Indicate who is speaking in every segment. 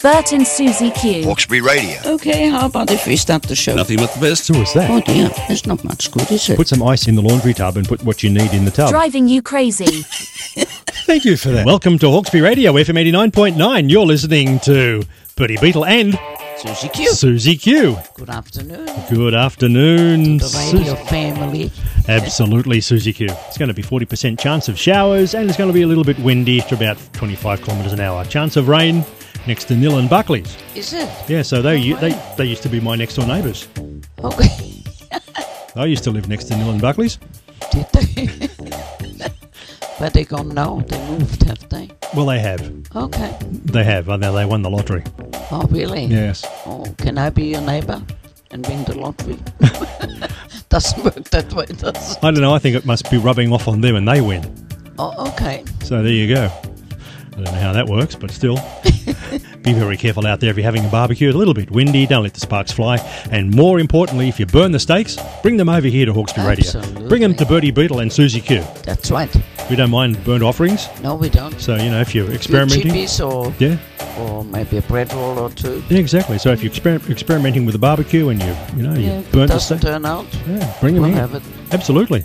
Speaker 1: Bert and Susie Q.
Speaker 2: Hawkesbury Radio.
Speaker 3: Okay, how about if we start the show?
Speaker 4: Nothing but the best.
Speaker 5: So what's that?
Speaker 3: Oh dear, there's not much good, is it?
Speaker 5: Put some ice in the laundry tub and put what you need in the tub.
Speaker 1: Driving you crazy.
Speaker 5: Thank you for that. Welcome to Hawkesbury Radio, FM 89.9. You're listening to Bertie Beetle and
Speaker 3: Susie Q.
Speaker 5: Susie Q.
Speaker 3: Good afternoon,
Speaker 5: Good afternoon.
Speaker 3: the
Speaker 5: Sus-
Speaker 3: radio family.
Speaker 5: Absolutely, Susie Q. It's going to be 40% chance of showers and it's going to be a little bit windy to about 25 kilometres an hour. Chance of rain next to Nil and Buckley's.
Speaker 3: Is it?
Speaker 5: Yeah, so they, they, they used to be my next door neighbours.
Speaker 3: Okay.
Speaker 5: I used to live next to Nil and Buckley's.
Speaker 3: Did they? Where they gone now? They moved, have they?
Speaker 5: Well, they have.
Speaker 3: Okay.
Speaker 5: They have. and They they won the lottery.
Speaker 3: Oh, really?
Speaker 5: Yes.
Speaker 3: Oh, can I be your neighbor and win the lottery? Doesn't work that way, does it?
Speaker 5: I don't know. I think it must be rubbing off on them and they win.
Speaker 3: Oh, okay.
Speaker 5: So there you go. I don't know how that works, but still. Be very careful out there if you're having a barbecue. It's a little bit windy, don't let the sparks fly. And more importantly, if you burn the steaks, bring them over here to Hawkesbury Radio.
Speaker 3: Absolutely.
Speaker 5: Bring them to Bertie Beetle and Susie Q.
Speaker 3: That's right.
Speaker 5: We don't mind burnt offerings,
Speaker 3: No, we don't.
Speaker 5: so you know if you're
Speaker 3: Few
Speaker 5: experimenting.
Speaker 3: chippies or,
Speaker 5: Yeah,
Speaker 3: or maybe a bread roll or two.
Speaker 5: yeah, exactly. So if you're exper- experimenting with a barbecue and you, you know, you
Speaker 3: if it
Speaker 5: burnt the
Speaker 3: doesn't
Speaker 5: steak,
Speaker 3: turn out,
Speaker 5: yeah, bring them
Speaker 3: we'll
Speaker 5: here.
Speaker 3: have it.
Speaker 5: Absolutely.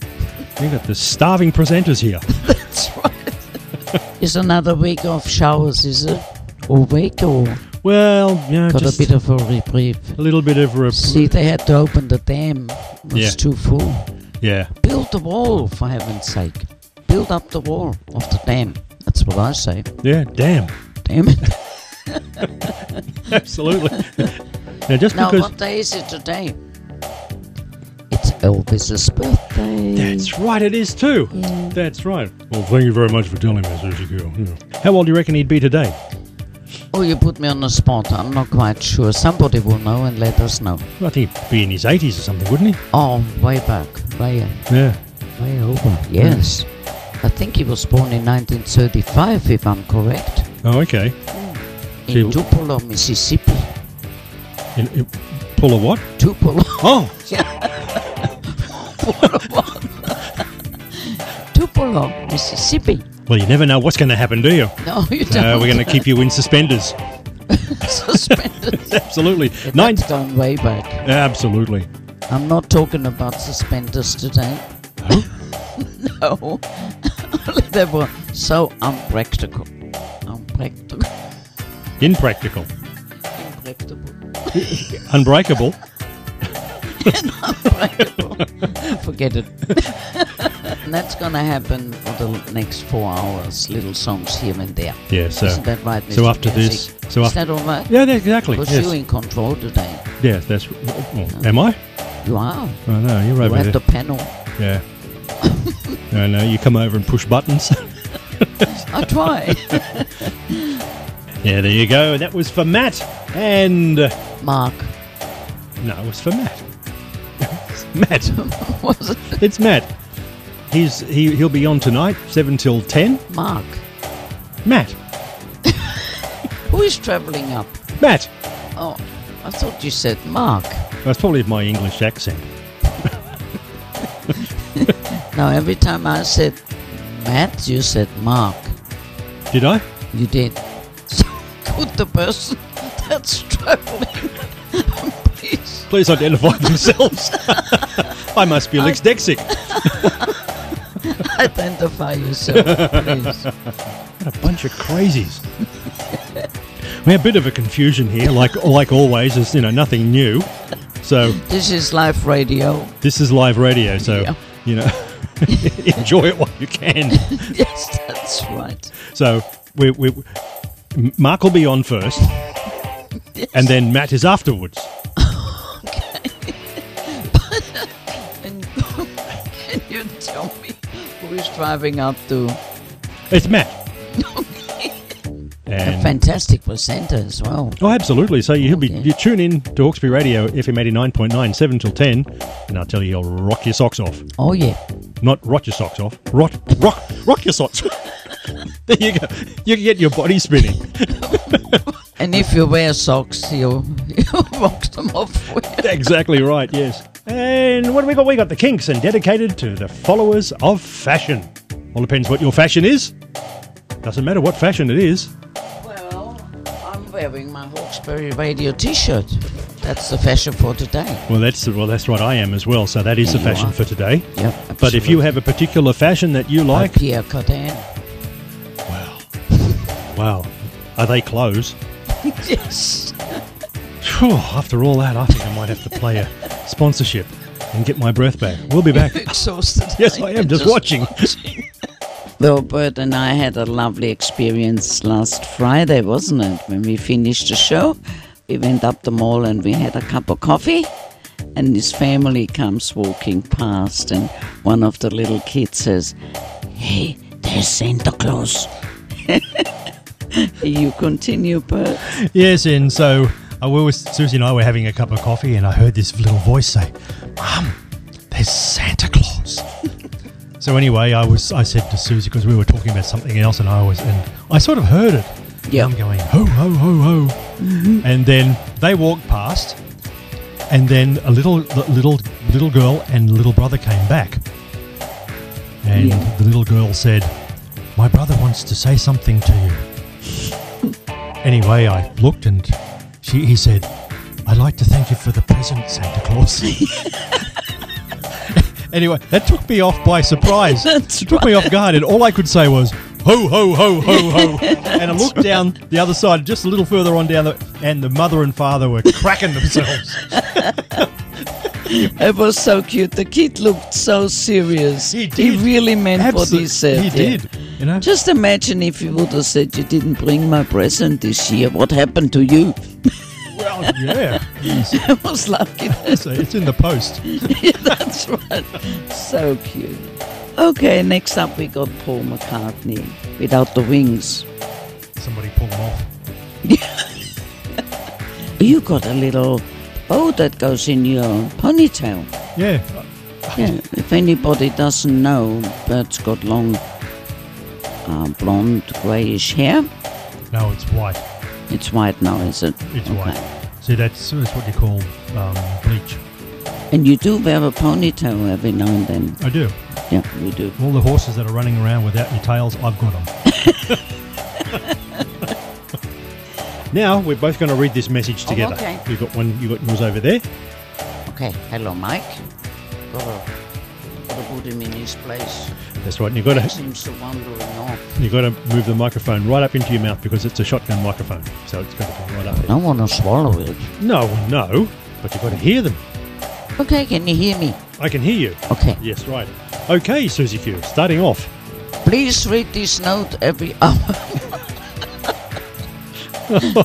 Speaker 5: We've got the starving presenters here.
Speaker 3: That's right. it's another week of showers, is it? Or week or
Speaker 5: Well, you know,
Speaker 3: got
Speaker 5: just
Speaker 3: a bit of a reprieve.
Speaker 5: a little bit of a
Speaker 3: See, they had to open the dam. It was
Speaker 5: Yeah.
Speaker 3: too full.
Speaker 5: yeah.
Speaker 3: Build the wall, for heaven's sake. Build up the wall of the dam. That's what I say.
Speaker 5: Yeah, damn.
Speaker 3: Damn it.
Speaker 5: Absolutely. now, just
Speaker 3: now,
Speaker 5: because.
Speaker 3: what day is it today? It's Elvis's birthday.
Speaker 5: That's right, it is too. That's right. Well, thank you very much for telling me, Susie Girl. Yeah. How old do you reckon he'd be today?
Speaker 3: Oh, you put me on the spot. I'm not quite sure. Somebody will know and let us know.
Speaker 5: Well, I think he'd be in his 80s or something, wouldn't he?
Speaker 3: Oh, way back. Way,
Speaker 5: Yeah.
Speaker 3: way over. Yes. I think he was born in 1935, if I'm correct.
Speaker 5: Oh, okay.
Speaker 3: In
Speaker 5: He-
Speaker 3: Tupelo, Mississippi.
Speaker 5: In, in, pull a what?
Speaker 3: Tupelo.
Speaker 5: Oh,
Speaker 3: Tupelo, Mississippi.
Speaker 5: well, you never know what's going to happen, do you?
Speaker 3: No, you don't.
Speaker 5: Uh, we're going to keep you in suspenders.
Speaker 3: suspended.
Speaker 5: Absolutely. Nine.
Speaker 3: That's gone way back.
Speaker 5: Absolutely.
Speaker 3: I'm not talking about suspenders today. no. they were so unpractical. Unpractical.
Speaker 5: Impractical.
Speaker 3: Unpractical.
Speaker 5: Unbreakable.
Speaker 3: Forget it. And that's going to happen for the next four hours. Little songs here and there.
Speaker 5: Yeah, so.
Speaker 3: Isn't that right, Mr.
Speaker 5: so after
Speaker 3: Music?
Speaker 5: this- so
Speaker 3: Is
Speaker 5: after-
Speaker 3: that all right?
Speaker 5: Yeah, that- exactly.
Speaker 3: Because you
Speaker 5: Yes.
Speaker 3: in control today.
Speaker 5: yes, that's. Well, am I?
Speaker 3: You are.
Speaker 5: Oh, no, you're
Speaker 3: You
Speaker 5: over
Speaker 3: have
Speaker 5: there.
Speaker 3: the panel.
Speaker 5: Yeah. no, no, you come over and push buttons.
Speaker 3: I try.
Speaker 5: yeah, there you go. That was for Matt. And. uh,
Speaker 3: Mark,
Speaker 5: No, it was for Matt. It's Matt.
Speaker 3: was it
Speaker 5: It's Matt. He's he, He'll be on tonight, 7 till 10.
Speaker 3: Mark?
Speaker 5: Matt.
Speaker 3: Who is travelling up?
Speaker 5: Matt.
Speaker 3: Oh, I thought you said Mark.
Speaker 5: That's probably my English accent.
Speaker 3: Now, every time I said Matt, you said Mark.
Speaker 5: Did I?
Speaker 3: You did. So, could the person that's traveling, please?
Speaker 5: Please identify themselves. I must be Lex Dexic.
Speaker 3: Identify yourself, please.
Speaker 5: What a bunch of crazies. we have a bit of a confusion here, like like always. It's you know nothing new. So
Speaker 3: This is live radio.
Speaker 5: this is live radio. So
Speaker 3: Yeah.
Speaker 5: you know enjoy it while you can.
Speaker 3: Yes, that's right.
Speaker 5: So we, we M- Mark will be on first, and then Matt is afterwards.
Speaker 3: And can you tell me who is driving up to
Speaker 5: It's Matt.
Speaker 3: a
Speaker 5: And-
Speaker 3: fantastic presenter as well?
Speaker 5: Oh, absolutely. So you'll be
Speaker 3: Okay.
Speaker 5: you tune in to Hawkesbury Radio FM eighty nine point nine seven till ten, and I'll tell you you'll rock your socks off.
Speaker 3: Oh, yeah.
Speaker 5: Not rot your socks off. Rot, rock, rock your socks. there you go. You can get your body spinning.
Speaker 3: And if you wear socks, you you wash them off. with-
Speaker 5: exactly right. Yes. And what do we got? We got the Kinks and dedicated to the followers of fashion. Well, depends what your fashion is. Doesn't matter what fashion it is.
Speaker 3: Well, I'm wearing my Hawkesbury Radio T-shirt. That's the fashion for today.
Speaker 5: Well, that's well, that's right. I am as well. So that is the
Speaker 3: You
Speaker 5: fashion
Speaker 3: are.
Speaker 5: for today.
Speaker 3: Yep.
Speaker 5: But if you have a particular fashion that you like,
Speaker 3: Pierre Cardin.
Speaker 5: wow, wow, are they clothes?
Speaker 3: yes.
Speaker 5: Phew, after all that, I think I might have to play a sponsorship and get my breath back. We'll be back.
Speaker 3: Exhausted.
Speaker 5: Yes, I am just watching.
Speaker 3: Well, Bert and I had a lovely experience last Friday, wasn't it? When we finished the show, we went up the mall and we had a cup of coffee. And his family comes walking past, and one of the little kids says, Hey, there's Santa Claus. you continue, Bert.
Speaker 5: Yes, and so I we were, Susie and I were having a cup of coffee, and I heard this little voice say, "Mum, there's Santa Claus." so anyway, I was I said to Susie because we were talking about something else, and I was and I sort of heard it.
Speaker 3: Yeah. Mm-hmm.
Speaker 5: I'm going ho ho ho ho, and then they walked past, and then a little little little girl and little brother came back, and
Speaker 3: Yeah.
Speaker 5: the little girl said, "My brother wants to say something to you." Anyway, I looked and she, he said, I'd like to thank you for the present, Santa Claus. anyway, that took me off by surprise.
Speaker 3: That's
Speaker 5: it took me off guard, and all I could say was, ho, ho, ho, ho, ho. and I looked down the other side, just a little further on down, the, and the mother and father were cracking themselves.
Speaker 3: It was so cute. The kid looked so serious.
Speaker 5: He did.
Speaker 3: really meant what he
Speaker 5: Absolute-
Speaker 3: said.
Speaker 5: He
Speaker 3: yeah.
Speaker 5: did. You know?
Speaker 3: Just imagine if you would have said you didn't bring my present this year. What happened to you?
Speaker 5: well, yeah. Yes.
Speaker 3: I was lucky.
Speaker 5: So it's in the post.
Speaker 3: That's right. So cute. Okay, next up we got Paul McCartney without the wings.
Speaker 5: Somebody pull them off.
Speaker 3: You got a little bow that goes in your ponytail.
Speaker 5: Yeah.
Speaker 3: Yeah, if anybody doesn't know, Bert's got long uh, blonde greyish hair.
Speaker 5: No, it's white.
Speaker 3: It's white now, is it?
Speaker 5: It's
Speaker 3: Okay.
Speaker 5: white. See, that's, that's what you call um, bleach.
Speaker 3: And you do wear a ponytail every now and then.
Speaker 5: I do.
Speaker 3: Yeah, you do.
Speaker 5: All the horses that are running around without any tails, I've got them. now we're both going to read this message together.
Speaker 3: okay.
Speaker 5: You've got one. You got yours over there.
Speaker 3: Okay, hello, Mike. Gotta, gotta put him Oh, in his place.
Speaker 5: That's right. And you've got
Speaker 3: He
Speaker 5: to
Speaker 3: seems to wander off.
Speaker 5: you've got to move the microphone right up into your mouth because it's a shotgun microphone, so it's got to be right up there.
Speaker 3: I want to swallow it.
Speaker 5: No, no. But you've got to hear them.
Speaker 3: Okay, can you hear me?
Speaker 5: I can hear you.
Speaker 3: Okay.
Speaker 5: Yes, right. Okay, Susie Q. Starting off.
Speaker 3: Please read this note every hour.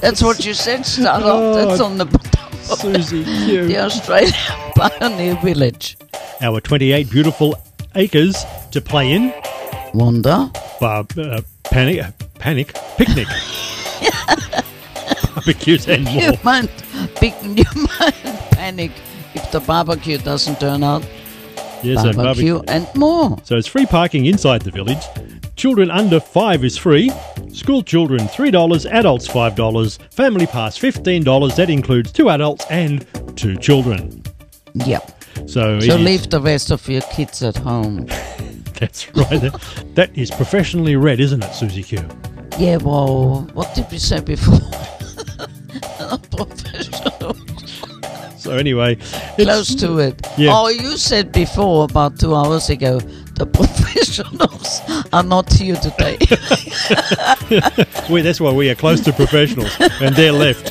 Speaker 3: That's what you said, start off. That's on the bottom of
Speaker 5: Susie Q.
Speaker 3: the Australian Pioneer Village.
Speaker 5: Our 28 beautiful acres to play in.
Speaker 3: Wonder?
Speaker 5: bar, uh, panic, uh, panic, picnic, barbecues and
Speaker 3: You
Speaker 5: more.
Speaker 3: might, big, you might panic if the barbecue doesn't turn out.
Speaker 5: Yes, and
Speaker 3: Barbecue and more.
Speaker 5: So it's free parking inside the village. Children under five is free. School children three dollars, adults five dollars, family pass fifteen dollars. That includes two adults and two children.
Speaker 3: Yep. So
Speaker 5: So, it is-
Speaker 3: leave the rest of your kids at home.
Speaker 5: That's right. That- that is professionally read, isn't it, Susie Q?
Speaker 3: Yeah, well, what did we say before? Not professional.
Speaker 5: So anyway, it's-
Speaker 3: Close to it.
Speaker 5: Yeah.
Speaker 3: Oh, you said before, about two hours ago, the professionals are not here today.
Speaker 5: we, that's why we are close to professionals, and they're left.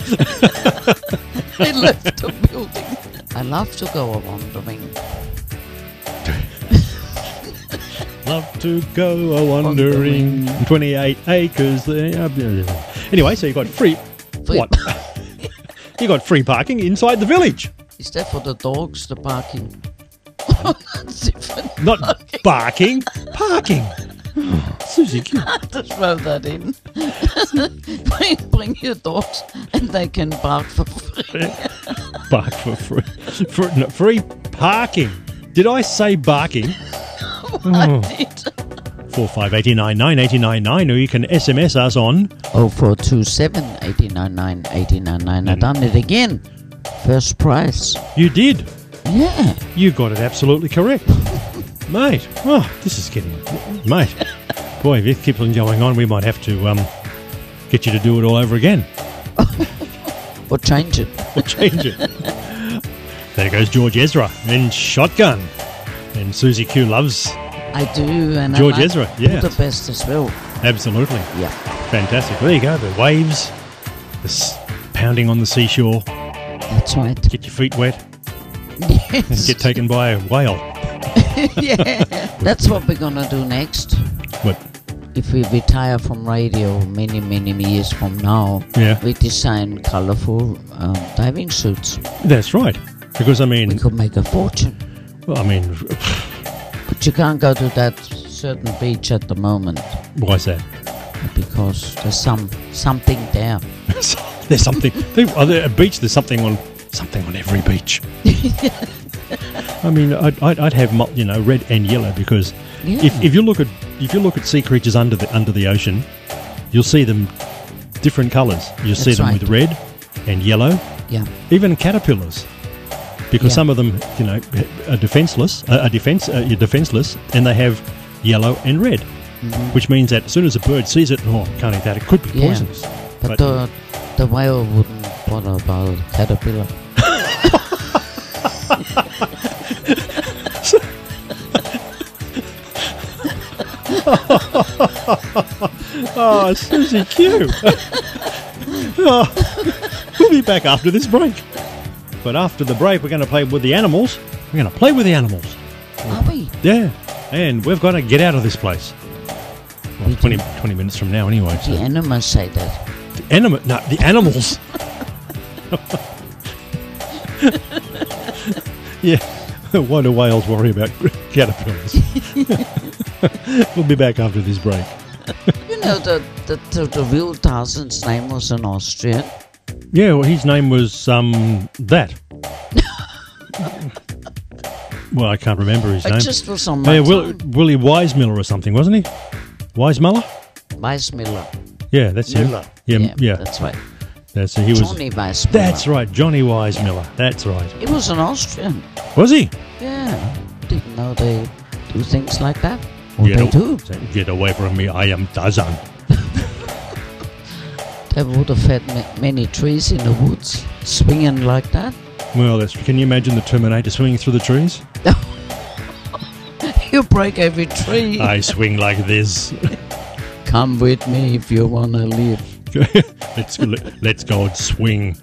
Speaker 3: they left the building. I love to go a wandering.
Speaker 5: Love to go a wandering. 28 acres. there. Uh, blah, blah, blah. Anyway, so you got free.
Speaker 3: Free-
Speaker 5: What? you got free parking inside the village.
Speaker 3: Is that for the dogs, the barking? That's different.
Speaker 5: Not barking, parking. Susie Q.
Speaker 3: Just throw that in. bring, bring your dogs and they can bark for free.
Speaker 5: Bark for free. For, no, free parking. Did I say barking? Four five eighty nine nine eighty nine nine, or you can SMS us on.
Speaker 3: Oh four two seven eighty nine nine eighty nine nine. I done it again. First prize.
Speaker 5: You did.
Speaker 3: Yeah.
Speaker 5: You got it absolutely correct. Mate, oh, this is getting. Mate, boy, if this keeps on going on, we might have to um, get you to do it all over again.
Speaker 3: or change it.
Speaker 5: We'll change it. there goes George Ezra and Shotgun. And Susie Q loves
Speaker 3: I do, and
Speaker 5: George
Speaker 3: I like
Speaker 5: Ezra, yeah.
Speaker 3: the best as well.
Speaker 5: absolutely.
Speaker 3: Yeah,
Speaker 5: Fantastic. There you go. The waves, the s- pounding on the seashore.
Speaker 3: that's right.
Speaker 5: Get your feet wet and
Speaker 3: Yes.
Speaker 5: get taken by a whale.
Speaker 3: yeah, that's what we're gonna do next.
Speaker 5: But
Speaker 3: If we retire from radio many, many years from now,
Speaker 5: Yeah.
Speaker 3: we design colorful um, diving suits.
Speaker 5: that's right. Because I
Speaker 3: We
Speaker 5: mean,
Speaker 3: could make a fortune.
Speaker 5: well, I mean,
Speaker 3: But you can't go to that certain beach at the moment
Speaker 5: why is that?
Speaker 3: because there's some something there.
Speaker 5: there's something. There, are there a beach? There's something on something on every beach. I mean, I'd, I'd, I'd have mul- you know red and yellow because
Speaker 3: Yeah.
Speaker 5: if, if you look at if you look at sea creatures under the under the ocean, you'll see them different colours. You'll see
Speaker 3: That's
Speaker 5: them
Speaker 3: right.
Speaker 5: with red and yellow,
Speaker 3: Yeah,
Speaker 5: even caterpillars, because
Speaker 3: Yeah.
Speaker 5: some of them you know are defenceless, uh, are defence uh, you're defenceless, and they have yellow and red, which means that as soon as a bird sees it, oh, can't eat that. It could be
Speaker 3: Mm-hmm. Yeah.
Speaker 5: poisonous.
Speaker 3: but, the the whale wouldn't bother about a caterpillar.
Speaker 5: Oh, Susie Q. oh, we'll be back after this break. But after the break, we're going to play with the animals. We're going to play with the animals.
Speaker 3: Are we?
Speaker 5: Yeah. And we've got to get out of this place. Well,
Speaker 3: We
Speaker 5: 20, 20 minutes from now, anyway.
Speaker 3: The
Speaker 5: So.
Speaker 3: animals say that.
Speaker 5: The anima- no, the animals. yeah. Why do whales worry about caterpillars? we'll be back after this break.
Speaker 3: You know, the, the, the, the real Tarzan's name was an Austrian.
Speaker 5: Yeah, well, his name was um that. well, I can't remember his
Speaker 3: It
Speaker 5: name.
Speaker 3: just was on my
Speaker 5: yeah, Will,
Speaker 3: tongue.
Speaker 5: Willie Weismiller or something, wasn't he? Weismuller?
Speaker 3: Weissmiller.
Speaker 5: Yeah, that's him.
Speaker 3: Miller.
Speaker 5: Yeah, yeah,
Speaker 3: That's right.
Speaker 5: that's he was.
Speaker 3: Johnny Weissmiller.
Speaker 5: That's right, Johnny Weismiller. That's right.
Speaker 3: He was an Austrian.
Speaker 5: Was he?
Speaker 3: Yeah. Didn't know they do things like that. Well,
Speaker 5: get,
Speaker 3: they
Speaker 5: a-
Speaker 3: do.
Speaker 5: get away from me! I am Tarzan.
Speaker 3: They would have had ma- many trees in the woods swinging like that.
Speaker 5: Well, that's, can you imagine the Terminator swinging through the trees?
Speaker 3: You break every tree.
Speaker 5: I swing like this.
Speaker 3: Come with me if you want to live.
Speaker 5: let's go- let's go and swing.